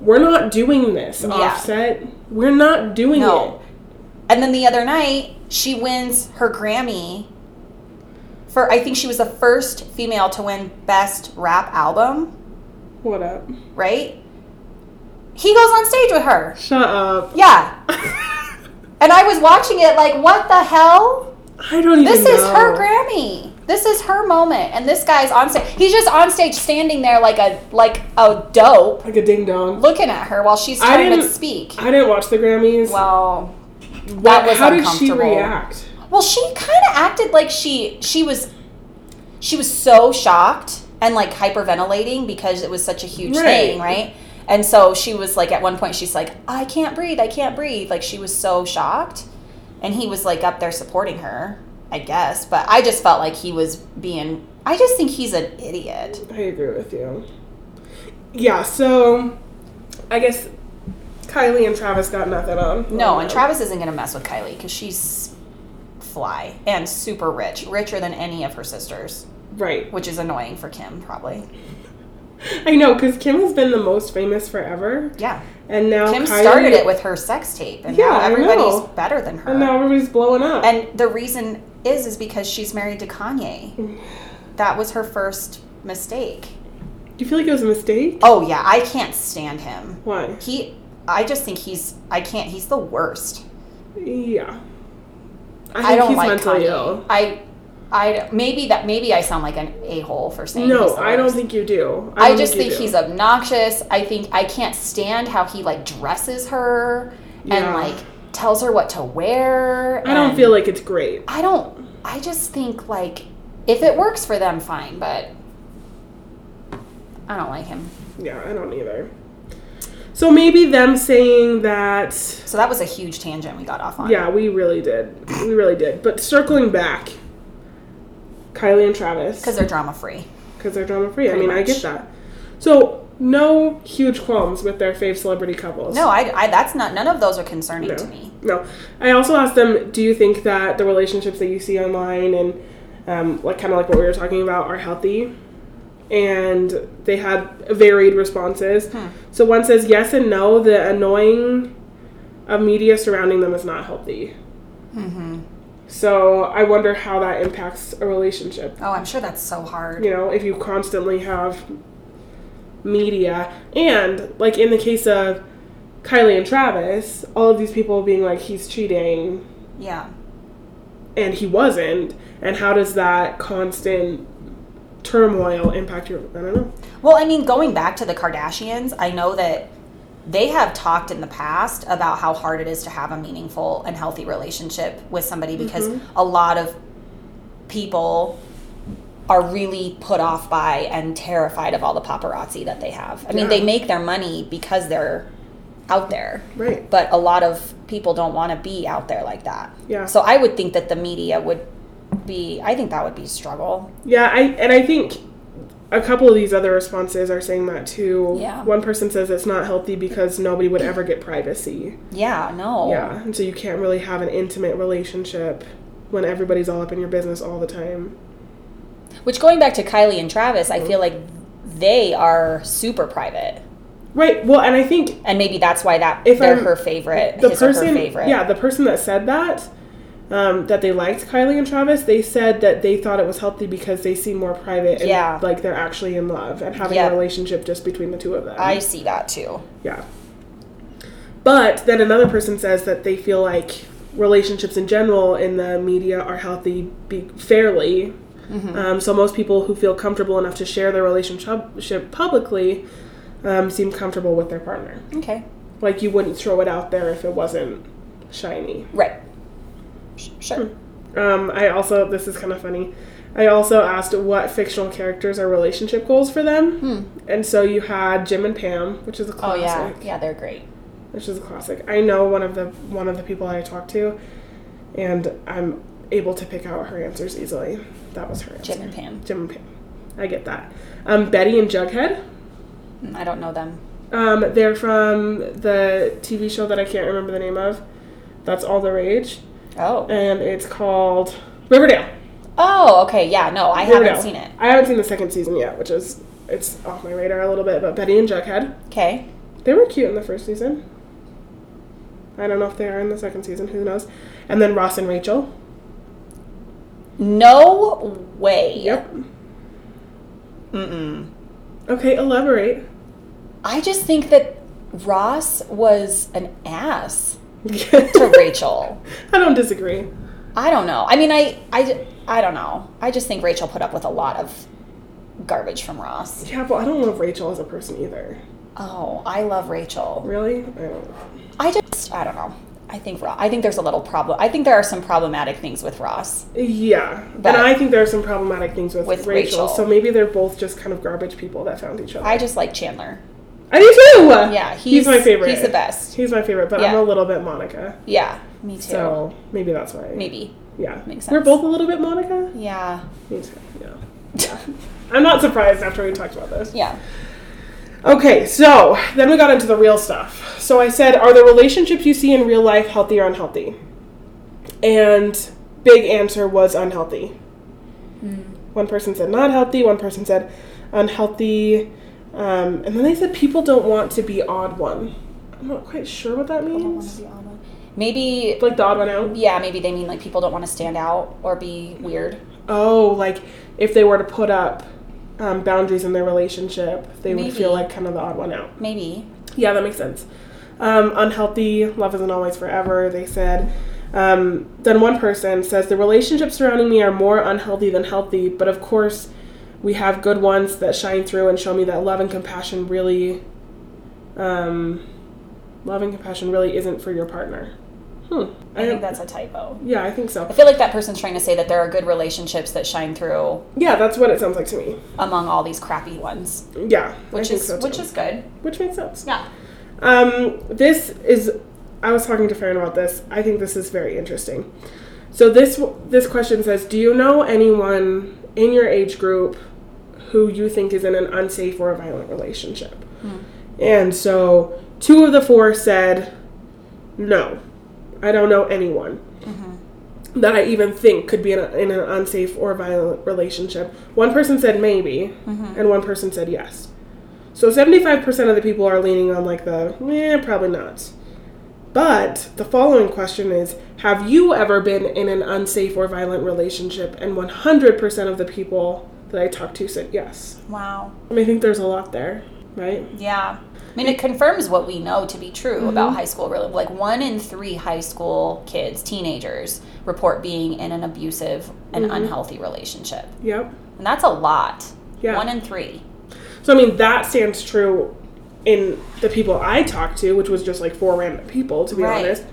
S1: we're not doing this, offset. We're not doing
S3: No. And then the other night, she wins her Grammy for I think she was the first female to win Best Rap Album,
S1: it. What up?
S3: right? He goes on stage with her.
S1: Shut up.
S3: Yeah. and I was watching it like, what the hell?
S1: I don't even
S3: This
S1: know.
S3: is her Grammy. This is her moment. And this guy's on stage. He's just on stage standing there like a like a dope
S1: Like a ding dong.
S3: looking at her while she's
S1: I
S3: trying to
S1: didn't-
S3: speak.
S1: I didn't watch the Grammys.
S3: Well,
S1: What-
S3: that was
S1: How did she
S3: uncomfortable.
S1: react?
S3: well, she kind of acted like she she was she was so shocked and like hyperventilating because it was such a huge
S1: Right.
S3: thing, right? And so she was like, at one point, she's like, I can't breathe, I can't breathe. Like, she was so shocked. And he was like up there supporting her, I guess. But I just felt like he was being, I just think he's an idiot.
S1: I agree with you. Yeah, so I guess Kylie and Travis got nothing on.
S3: No, and Travis isn't going to mess with Kylie because she's fly and super rich, richer than any of her sisters,
S1: Right.
S3: which is annoying for Kim, probably.
S1: I know, because Kim has been the most famous forever.
S3: Yeah.
S1: And now
S3: Kim
S1: Kylie-
S3: started it with her sex tape, and
S1: Yeah,
S3: now
S1: I
S3: everybody's
S1: know.
S3: better than her.
S1: And now everybody's blowing up.
S3: And the reason is is because she's married to Kanye. That was her first mistake.
S1: Do you feel like it was a mistake?
S3: Oh yeah, I can't stand him.
S1: Why?
S3: He I just think he's I can't he's the worst.
S1: Yeah. I think
S3: I, don't
S1: he's
S3: like
S1: mentally
S3: Kanye.
S1: ill.
S3: I I maybe that maybe I sound like an a-hole for saying he's
S1: No,
S3: the
S1: I don't
S3: worst.
S1: think you do.
S3: I
S1: don't
S3: just think
S1: you do.
S3: he's obnoxious. I think I can't stand how he like dresses her and
S1: Yeah.
S3: like tells her what to wear.
S1: I don't
S3: and-
S1: feel like it's great.
S3: I don't. I just think like if it works for them, fine. But I don't like him.
S1: Yeah, I don't either. So maybe them saying that
S3: So that was a huge tangent we got off on.
S1: Yeah, we really did. We really did. But circling back, Kylie and Travis,
S3: Because they're drama free.
S1: because they're drama free. I mean, I
S3: much.
S1: get that. So no huge qualms with their fave celebrity couples.
S3: No, I, I. That's not. None of those are concerning
S1: no,
S3: to me.
S1: no. I also asked them, do you think that the relationships that you see online and um, like kind of like what we were talking about are healthy? And they had varied responses. So one says yes and no. The annoying of media surrounding them is not healthy.
S3: Mm-hmm.
S1: So I wonder how that impacts a relationship.
S3: Oh, I'm sure that's so hard.
S1: You know, if you constantly have media, and like in the case of Kylie and Travis, all of these people being like, he's cheating
S3: Yeah.
S1: and he wasn't, and how does that constant turmoil impact your? I don't know.
S3: Well, I mean, going back to the Kardashians, I know that they have talked in the past about how hard it is to have a meaningful and healthy relationship with somebody because
S1: Mm-hmm.
S3: a lot of people are really put off by and terrified of all the paparazzi that they have. I mean,
S1: Yeah.
S3: they make their money because they're out there.
S1: Right.
S3: But a lot of people don't want to be out there like that.
S1: Yeah.
S3: So I would think that the media would be I think that would be a struggle.
S1: Yeah, I and I think a couple of these other responses are saying that too.
S3: Yeah.
S1: One person says it's not healthy because nobody would ever get privacy.
S3: Yeah, no.
S1: Yeah, and so you can't really have an intimate relationship when everybody's all up in your business all the time.
S3: Which going back to Kylie and Travis,
S1: Mm-hmm.
S3: I feel like they are super private,
S1: Right. Well, and I think
S3: and maybe that's why that
S1: If
S3: they're
S1: I'm-
S3: her favorite,
S1: the
S3: his or her
S1: person,
S3: favorite.
S1: yeah, the person that said that, um, that they liked Kylie and Travis, they said that they thought it was healthy because they seem more private and
S3: Yeah.
S1: like they're actually in love and having
S3: Yeah.
S1: a relationship just between the two of them.
S3: I see that too.
S1: Yeah. But then another person says that they feel like relationships in general in the media are healthy be- fairly.
S3: Mm-hmm.
S1: Um, so most people who feel comfortable enough to share their relationship publicly um, seem comfortable with their partner.
S3: Okay,
S1: Like you wouldn't throw it out there if it wasn't shiny.
S3: right? Hmm. Sh- Sure.
S1: Um, I also this is kind of funny. I also asked what fictional characters are relationship goals for them, and so you had Jim and Pam, which is a
S3: Hmm. Oh
S1: classic.
S3: yeah, yeah, they're great.
S1: which is a classic. I know one of the one of the people I talked to, and I'm able to pick out her answers easily. That was her answer.
S3: Jim and Pam.
S1: Jim and Pam. I get that. Um, Betty and Jughead.
S3: Mm, I don't know them.
S1: Um, they're from the TV show that I can't remember the name of. That's all the rage,
S3: Oh.
S1: and it's called Riverdale.
S3: Oh, okay. Yeah, no, I haven't
S1: Riverdale.
S3: seen it.
S1: I haven't seen the second season yet, which is it's off my radar a little bit. But Betty and Jughead,
S3: Okay.
S1: They were cute in the first season. I don't know if they are in the second season. Who knows? And then Ross and Rachel.
S3: No way.
S1: Yep.
S3: Mm-mm.
S1: Okay, elaborate.
S3: I just think that Ross was an ass to
S1: I
S3: Rachel.
S1: don't disagree.
S3: I don't know. I mean, I, I, I don't know. I just think Rachel put up with a lot of garbage from Ross.
S1: Yeah, but I don't love Rachel as a person either.
S3: Oh, I love Rachel.
S1: Really? I don't.
S3: I just, I don't know. I think Ross, I think there's a little problem. I think there are some problematic things with Ross.
S1: Yeah.
S3: But-
S1: and I think there are some problematic things with,
S3: With
S1: Rachel,
S3: Rachel.
S1: So maybe they're both just kind of garbage people that found each other.
S3: I just like Chandler.
S1: I do too!
S3: Yeah,
S1: He's,
S3: he's-
S1: my favorite.
S3: he's the best.
S1: He's my favorite, but I'm
S3: Yeah.
S1: a little bit Monica.
S3: Yeah, me too.
S1: So maybe that's why.
S3: Maybe.
S1: Yeah.
S3: Makes
S1: We're
S3: sense.
S1: both a little bit Monica?
S3: Yeah.
S1: Me too. Yeah. I'm not surprised after we talked about this.
S3: yeah.
S1: Okay, so then we got into the real stuff. So I said, are the relationships you see in real life healthy or unhealthy? And big answer was unhealthy. One person said not healthy, one person said unhealthy. Um, and then they said people don't want to be odd one. I'm not quite sure what that means.
S3: Maybe,
S1: Like the odd one out?
S3: yeah, maybe they mean like people don't want to stand out or be weird.
S1: Oh, like if they were to put up um, boundaries in their relationship, they would feel
S3: Maybe.
S1: like kind of the odd one out.
S3: Maybe.
S1: Yeah, that makes sense. Um, unhealthy, love isn't always forever, they said. Um, then one person says, The relationships surrounding me are more unhealthy than healthy, but of course, we have good ones that shine through and show me that love and compassion really. Um, love and compassion really isn't for your partner. Hmm.
S3: I think that's a typo.
S1: yeah, I think so.
S3: I feel like that person's trying to say that there are good relationships that shine through
S1: Yeah, that's what it sounds like to me.
S3: among all these crappy ones,
S1: Yeah, I
S3: which
S1: think
S3: is
S1: so too.
S3: which is good.
S1: which makes sense.
S3: Yeah.
S1: Um, this is. I was talking to Farron about this. I think this is very interesting. So this this question says, do you know anyone in your age group who you think is in an unsafe or a violent relationship? And so two of the four said, no, I don't know anyone that I even think could be in, a, in an unsafe or violent relationship. One person said maybe, and one person said yes. So 75% of the people are leaning on like the, eh, probably not. But the following question is Have you ever been in an unsafe or violent relationship? And 100% of the people that I talked to said yes.
S3: Wow.
S1: I mean, I think there's a lot there, right?
S3: Yeah. I mean, it confirms what we know to be true about high school. Really, like one in three high school kids, teenagers, report being in an abusive and unhealthy relationship,
S1: Yep.
S3: and that's a lot.
S1: Yeah.
S3: One in three.
S1: So I mean that stands true in the people I talked to, which was just like four random people to be
S3: Right.
S1: honest.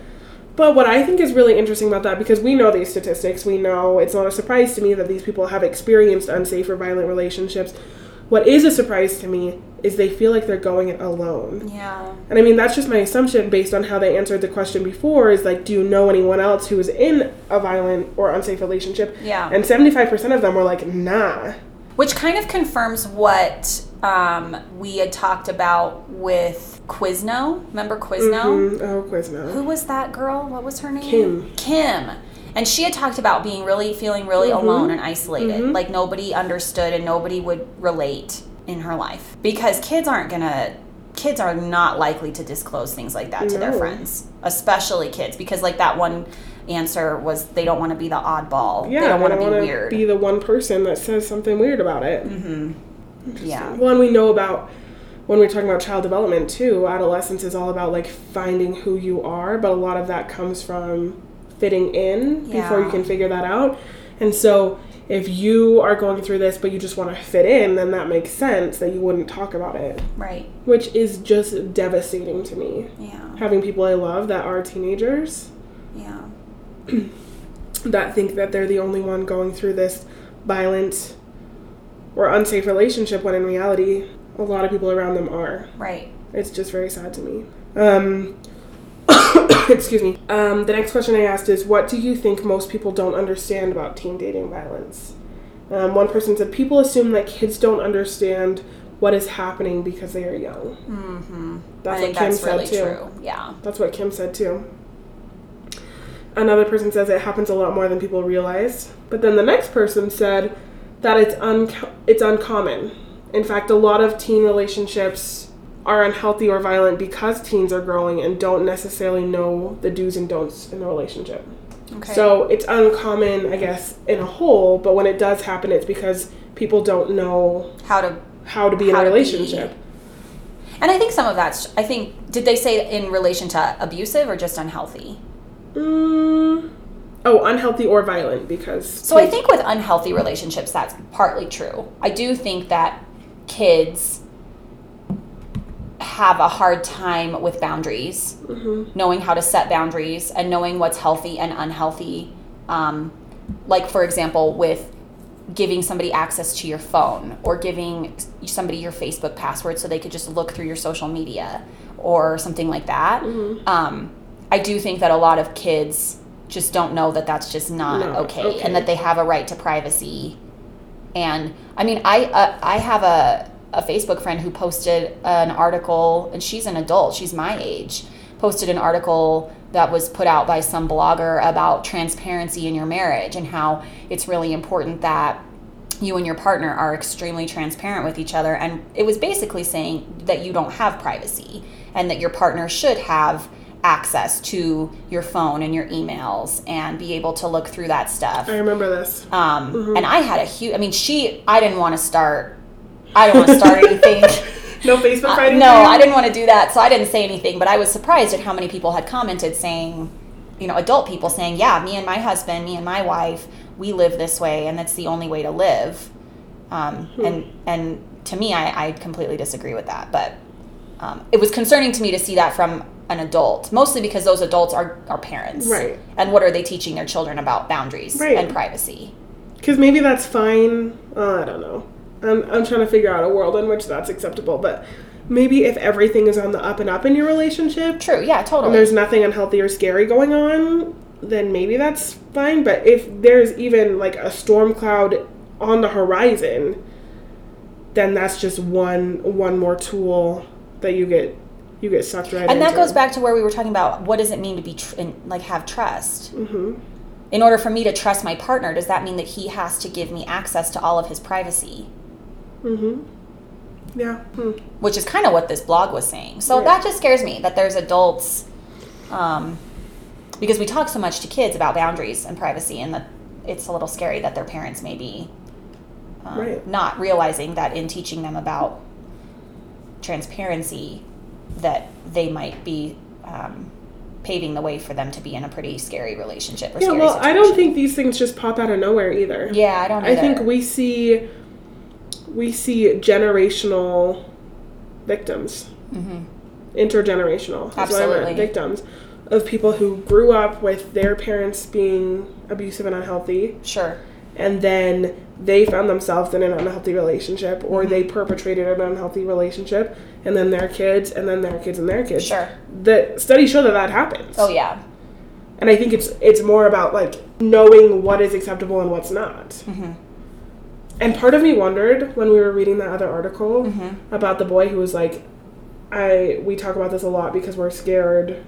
S1: But what I think is really interesting about that because we know these statistics, we know it's not a surprise to me that these people have experienced unsafe or violent relationships. What is a surprise to me is they feel like they're going it alone.
S3: Yeah.
S1: And I mean, that's just my assumption based on how they answered the question before is like, do you know anyone else who is in a violent or unsafe relationship?
S3: Yeah.
S1: And 75% of them were like, nah.
S3: Which kind of confirms what um, we had talked about with Quizno. Remember Quizno?
S1: Mm, oh, Quizno.
S3: who was that girl? What was her name?
S1: Kim.
S3: Kim. And she had talked about being really feeling really
S1: Mm-hmm.
S3: alone and isolated. Like nobody understood and nobody would relate in her life. Because kids aren't going to kids are not likely to disclose things like that to their
S1: No.
S3: friends, especially kids because like that one answer was they don't want to be the oddball.
S1: Yeah,
S3: they don't want to be
S1: wanna
S3: weird. Mm-hmm.
S1: Be the one person that says something weird about it.
S3: yeah.
S1: Well, and we know about when we're talking about child development too. Adolescence is all about like finding who you are, but a lot of that comes from fitting in before you
S3: Yeah.
S1: can figure that out. And so, if you are going through this, but you just want to fit in, then that makes sense that you wouldn't talk about it,
S3: Right.
S1: which is just devastating to me.
S3: Yeah.
S1: Having people I love that are teenagers
S3: Yeah.
S1: that think that they're the only one going through this violent or unsafe relationship when in reality a lot of people around them are
S3: Right.
S1: it's just very sad to me um excuse me um the next question i asked is what do you think most people don't understand about teen dating violence um, one person said people assume that kids don't understand what is happening because they are young mm-hmm. that's what
S3: I think
S1: kim
S3: that's
S1: said
S3: really
S1: too
S3: true. Yeah.
S1: that's what Kim said too. Another person says it happens a lot more than people realize. But then the next person said that it's unco- it's uncommon. In fact, a lot of teen relationships are unhealthy or violent because teens are growing and don't necessarily know the do's and don'ts in the relationship.
S3: Okay.
S1: So it's uncommon, I guess, in a whole, but when it does happen, it's because people don't know
S3: how to
S1: how to be
S3: How
S1: in a
S3: to be.
S1: relationship.
S3: And I think some of that's. I think did they say in relation to abusive or just unhealthy?
S1: Mm. Oh, unhealthy or violent because.
S3: So I think with unhealthy relationships, that's partly true. I do think that kids have a hard time with boundaries, knowing how to set boundaries and knowing what's healthy and unhealthy. Um, like for example, with giving somebody access to your phone or giving somebody your Facebook password so they could just look through your social media or something like that. Um, I do think that a lot of kids just don't know that that's just not
S1: No,
S3: okay,
S1: okay.
S3: and that they have a right to privacy. And I mean, I uh, I have a a Facebook friend who posted an article, and she's an adult, she's my age, posted an article that was put out by some blogger about transparency in your marriage and how it's really important that you and your partner are extremely transparent with each other. And it was basically saying that you don't have privacy and that your partner should have access to your phone and your emails and be able to look through that stuff.
S1: I remember this.
S3: Um,
S1: Mm-hmm.
S3: And I had a huge, I mean, she, I didn't want to start, I don't want to start anything.
S1: No Facebook Friday.
S3: Uh, no,
S1: for you?
S3: I didn't want to do that, so I didn't say anything, but I was surprised at how many people had commented saying, you know, adult people saying, yeah, me and my husband, me and my wife, we live this way, and that's the only way to live. Um,
S1: Hmm.
S3: And and to me, I, I completely disagree with that, but um, it was concerning to me to see that from an adult, mostly because those adults are, are parents.
S1: Right.
S3: And what are they teaching their children about boundaries
S1: Right.
S3: and privacy?
S1: Because maybe that's fine. Uh, I don't know. I'm, I'm trying to figure out a world in which that's acceptable. But maybe if everything is on the up and up in your relationship
S3: True, yeah, totally.
S1: and there's nothing unhealthy or scary going on, then maybe that's fine. But if there's even like a storm cloud on the horizon, then that's just one one more tool that you get you get sucked right
S3: and that
S1: into.
S3: goes back to where we were talking about what does it mean to be tr- and, like have trust
S1: Mm-hmm.
S3: in order for me to trust my partner does that mean that he has to give me access to all of his privacy
S1: Yeah. Hmm.
S3: which is kind of what this blog was saying so
S1: Right.
S3: that just scares me that there's adults um, because we talk so much to kids about boundaries and privacy and that it's a little scary that their parents may be um,
S1: Right.
S3: not realizing that in teaching them about transparency that they might be um, paving the way for them to be in a pretty scary relationship or
S1: Yeah.
S3: scary
S1: Well, I don't
S3: situation.
S1: think these things just pop out of nowhere either.
S3: yeah i don't
S1: I
S3: either.
S1: think we see we see generational victims,
S3: Mm-hmm.
S1: intergenerational that's what I meant,
S3: Absolutely.
S1: victims of people who grew up with their parents being abusive and unhealthy,
S3: sure
S1: and then they found themselves in an unhealthy relationship, or
S3: Mm-hmm.
S1: they perpetrated an unhealthy relationship, and then their kids, and then their kids, and their kids.
S3: Sure.
S1: The studies show that that happens,
S3: oh yeah
S1: and I think it's it's more about like knowing what is acceptable and what's not.
S3: Mm-hmm.
S1: And part of me wondered when we were reading that other article
S3: Mm-hmm.
S1: about the boy who was like, "I we talk about this a lot because we're scared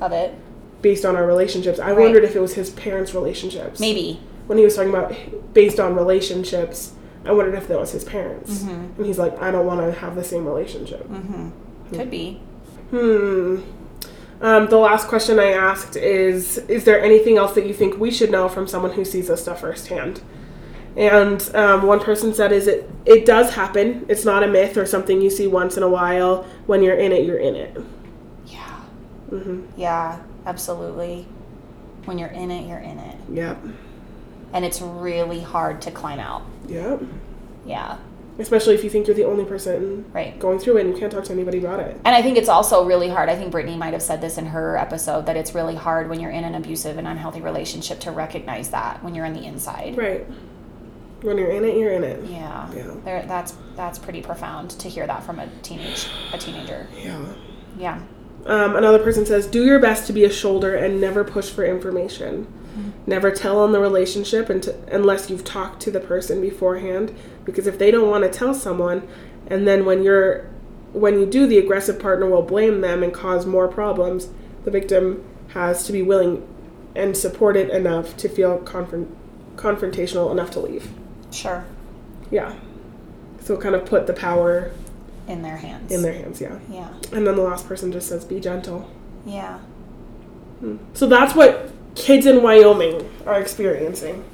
S3: of it
S1: based on our relationships." I
S3: Right.
S1: wondered if it was his parents' relationships.
S3: maybe
S1: when he was talking about based on relationships, I wondered if that was his parents.
S3: Mm-hmm.
S1: And he's like, "I don't want to have the same relationship."
S3: could be
S1: Hmm. Um, the last question I asked is Is there anything else that you think we should know from someone who sees this stuff firsthand? And um, one person said, "Is it? It does happen. It's not a myth or something you see once in a while. When you're in it, you're in it. Mm-hmm.
S3: Yeah. Yeah, absolutely. When you're in it, you're in it.
S1: Yep,
S3: And it's really hard to climb out.
S1: yep.
S3: Yeah,
S1: Especially if you think you're the only person
S3: right.
S1: going through it and you can't talk to anybody about it.
S3: And I think it's also really hard. I think Brittany might have said this in her episode that it's really hard when you're in an abusive and unhealthy relationship to recognize that when you're on the inside.
S1: Right. When you're in it, you're in it.
S3: Yeah.
S1: Yeah.
S3: There, that's that's pretty profound to hear that from a teenage a teenager.
S1: Yeah.
S3: Yeah.
S1: Um, another person says, do your best to be a shoulder and never push for information. Never tell on the relationship unt- unless you've talked to the person beforehand. Because if they don't want to tell someone, and then when you're when you do, the aggressive partner will blame them and cause more problems. The victim has to be willing and supported enough to feel confront- confrontational enough to leave.
S3: Sure.
S1: Yeah. So kind of put the power
S3: In their hands.
S1: in their hands. Yeah.
S3: Yeah.
S1: And then the last person just says, be gentle.
S3: Yeah.
S1: So that's what kids in Wyoming are experiencing.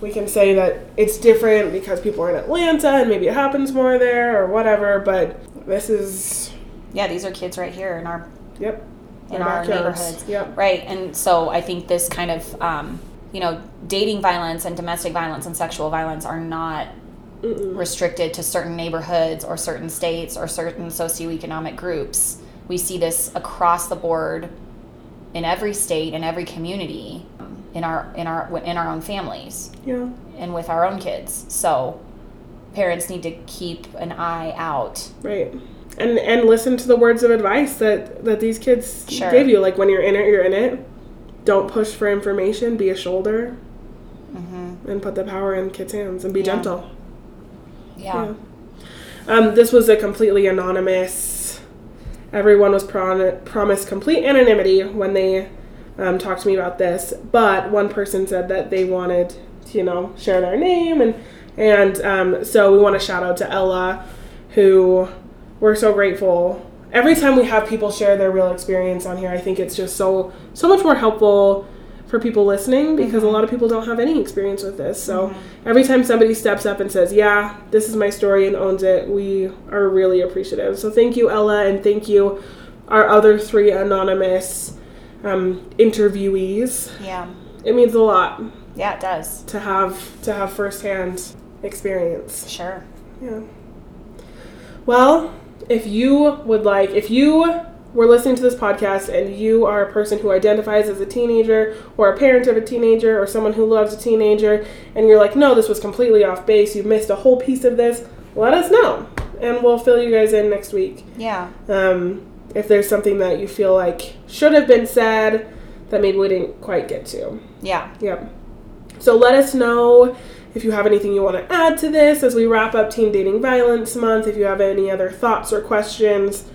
S1: We can say that it's different because people are in Atlanta and maybe it happens more there or whatever, but this is,
S3: Yeah, these are kids right here in our
S1: yep.
S3: in
S1: their
S3: our
S1: backyards.
S3: neighborhoods.
S1: Yep.
S3: Right. And so I think this kind of, um, you know, dating violence and domestic violence and sexual violence are not restricted to certain neighborhoods or certain states or certain socioeconomic groups. We see this across the board in every state in every community in our in our in our own families
S1: Yeah.
S3: and with our own kids. So parents need to keep an eye out.
S1: Right. And and listen to the words of advice that that these kids
S3: Sure.
S1: give you. Like when you're in it, you're in it. Don't push for information. Be a shoulder. Mm-hmm. And put the power in kids' hands and be gentle.
S3: Yeah.
S1: Yeah. Um, this was a completely anonymous. Everyone was prom- promised complete anonymity when they um, talked to me about this, but one person said that they wanted to, you know, share their name, and and um, so we want to shout out to Ella, who we're so grateful. Every time we have people share their real experience on here, I think it's just so so much more helpful for people listening because a lot of people don't have any experience with this. So every time somebody steps up and says, "Yeah, this is my story," and owns it, we are really appreciative. So thank you, Ella, and thank you, our other three anonymous um, interviewees.
S3: Yeah.
S1: It means a lot
S3: Yeah, it does.
S1: to have to have firsthand experience.
S3: Sure.
S1: Yeah. Well, if you would like, if you were listening to this podcast and you are a person who identifies as a teenager or a parent of a teenager or someone who loves a teenager and you're like, no, this was completely off base, you missed a whole piece of this, let us know and we'll fill you guys in next week.
S3: Yeah.
S1: um, if there's something that you feel like should have been said that maybe we didn't quite get to.
S3: Yeah.
S1: Yep. So let us know if you have anything you want to add to this as we wrap up Teen Dating Violence Month. If you have any other thoughts or questions,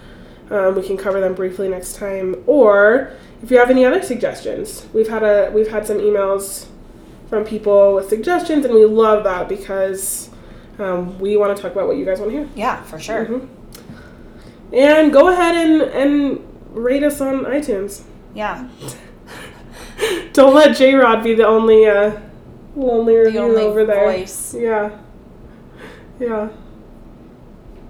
S1: um, we can cover them briefly next time. Or if you have any other suggestions, we've had a we've had some emails from people with suggestions, and we love that because um, we want to talk about what you guys want to hear. Mm-hmm.
S3: Yeah, for sure.
S1: And go ahead and, and rate us on iTunes.
S3: Yeah.
S1: Don't let J Rod be the only uh, lonely review
S3: only
S1: over there.
S3: voice.
S1: Yeah. Yeah.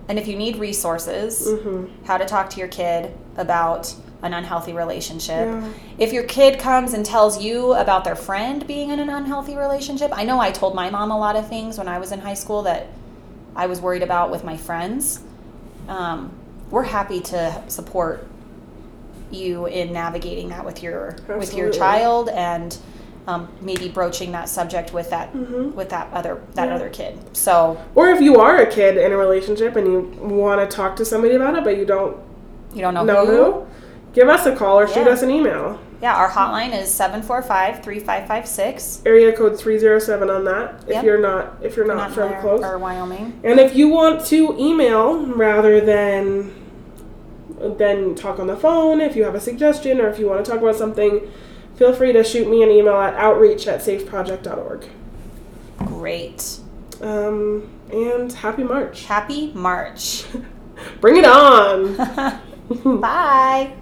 S3: And if you need resources,
S1: hmm
S3: how to talk to your kid about an unhealthy relationship.
S1: Yeah.
S3: If your kid comes and tells you about their friend being in an unhealthy relationship, I know I told my mom a lot of things when I was in high school that I was worried about with my friends. Um, we're happy to support you in navigating that with your with your
S1: Absolutely.
S3: child and um, maybe broaching that subject with that with that other that
S1: Mm. Yeah.
S3: other kid. So
S1: Mm-hmm. Or if you are a kid in a relationship and you want to talk to somebody about it, but you don't
S3: you don't know,
S1: know
S3: who.
S1: who, give us a call or shoot
S3: Uh-huh. Yeah.
S1: us an email.
S3: Yeah, our hotline is 745 3556.
S1: Area code three zero seven on that. If
S3: Yep.
S1: you're not if you're not, from close.
S3: Or Wyoming.
S1: And if you want to email rather than than talk on the phone, if you have a suggestion or if you want to talk about something, feel free to shoot me an email at outreach at safeproject.org.
S3: Great.
S1: Um, and happy March.
S3: Happy March.
S1: Bring it on!
S3: Bye.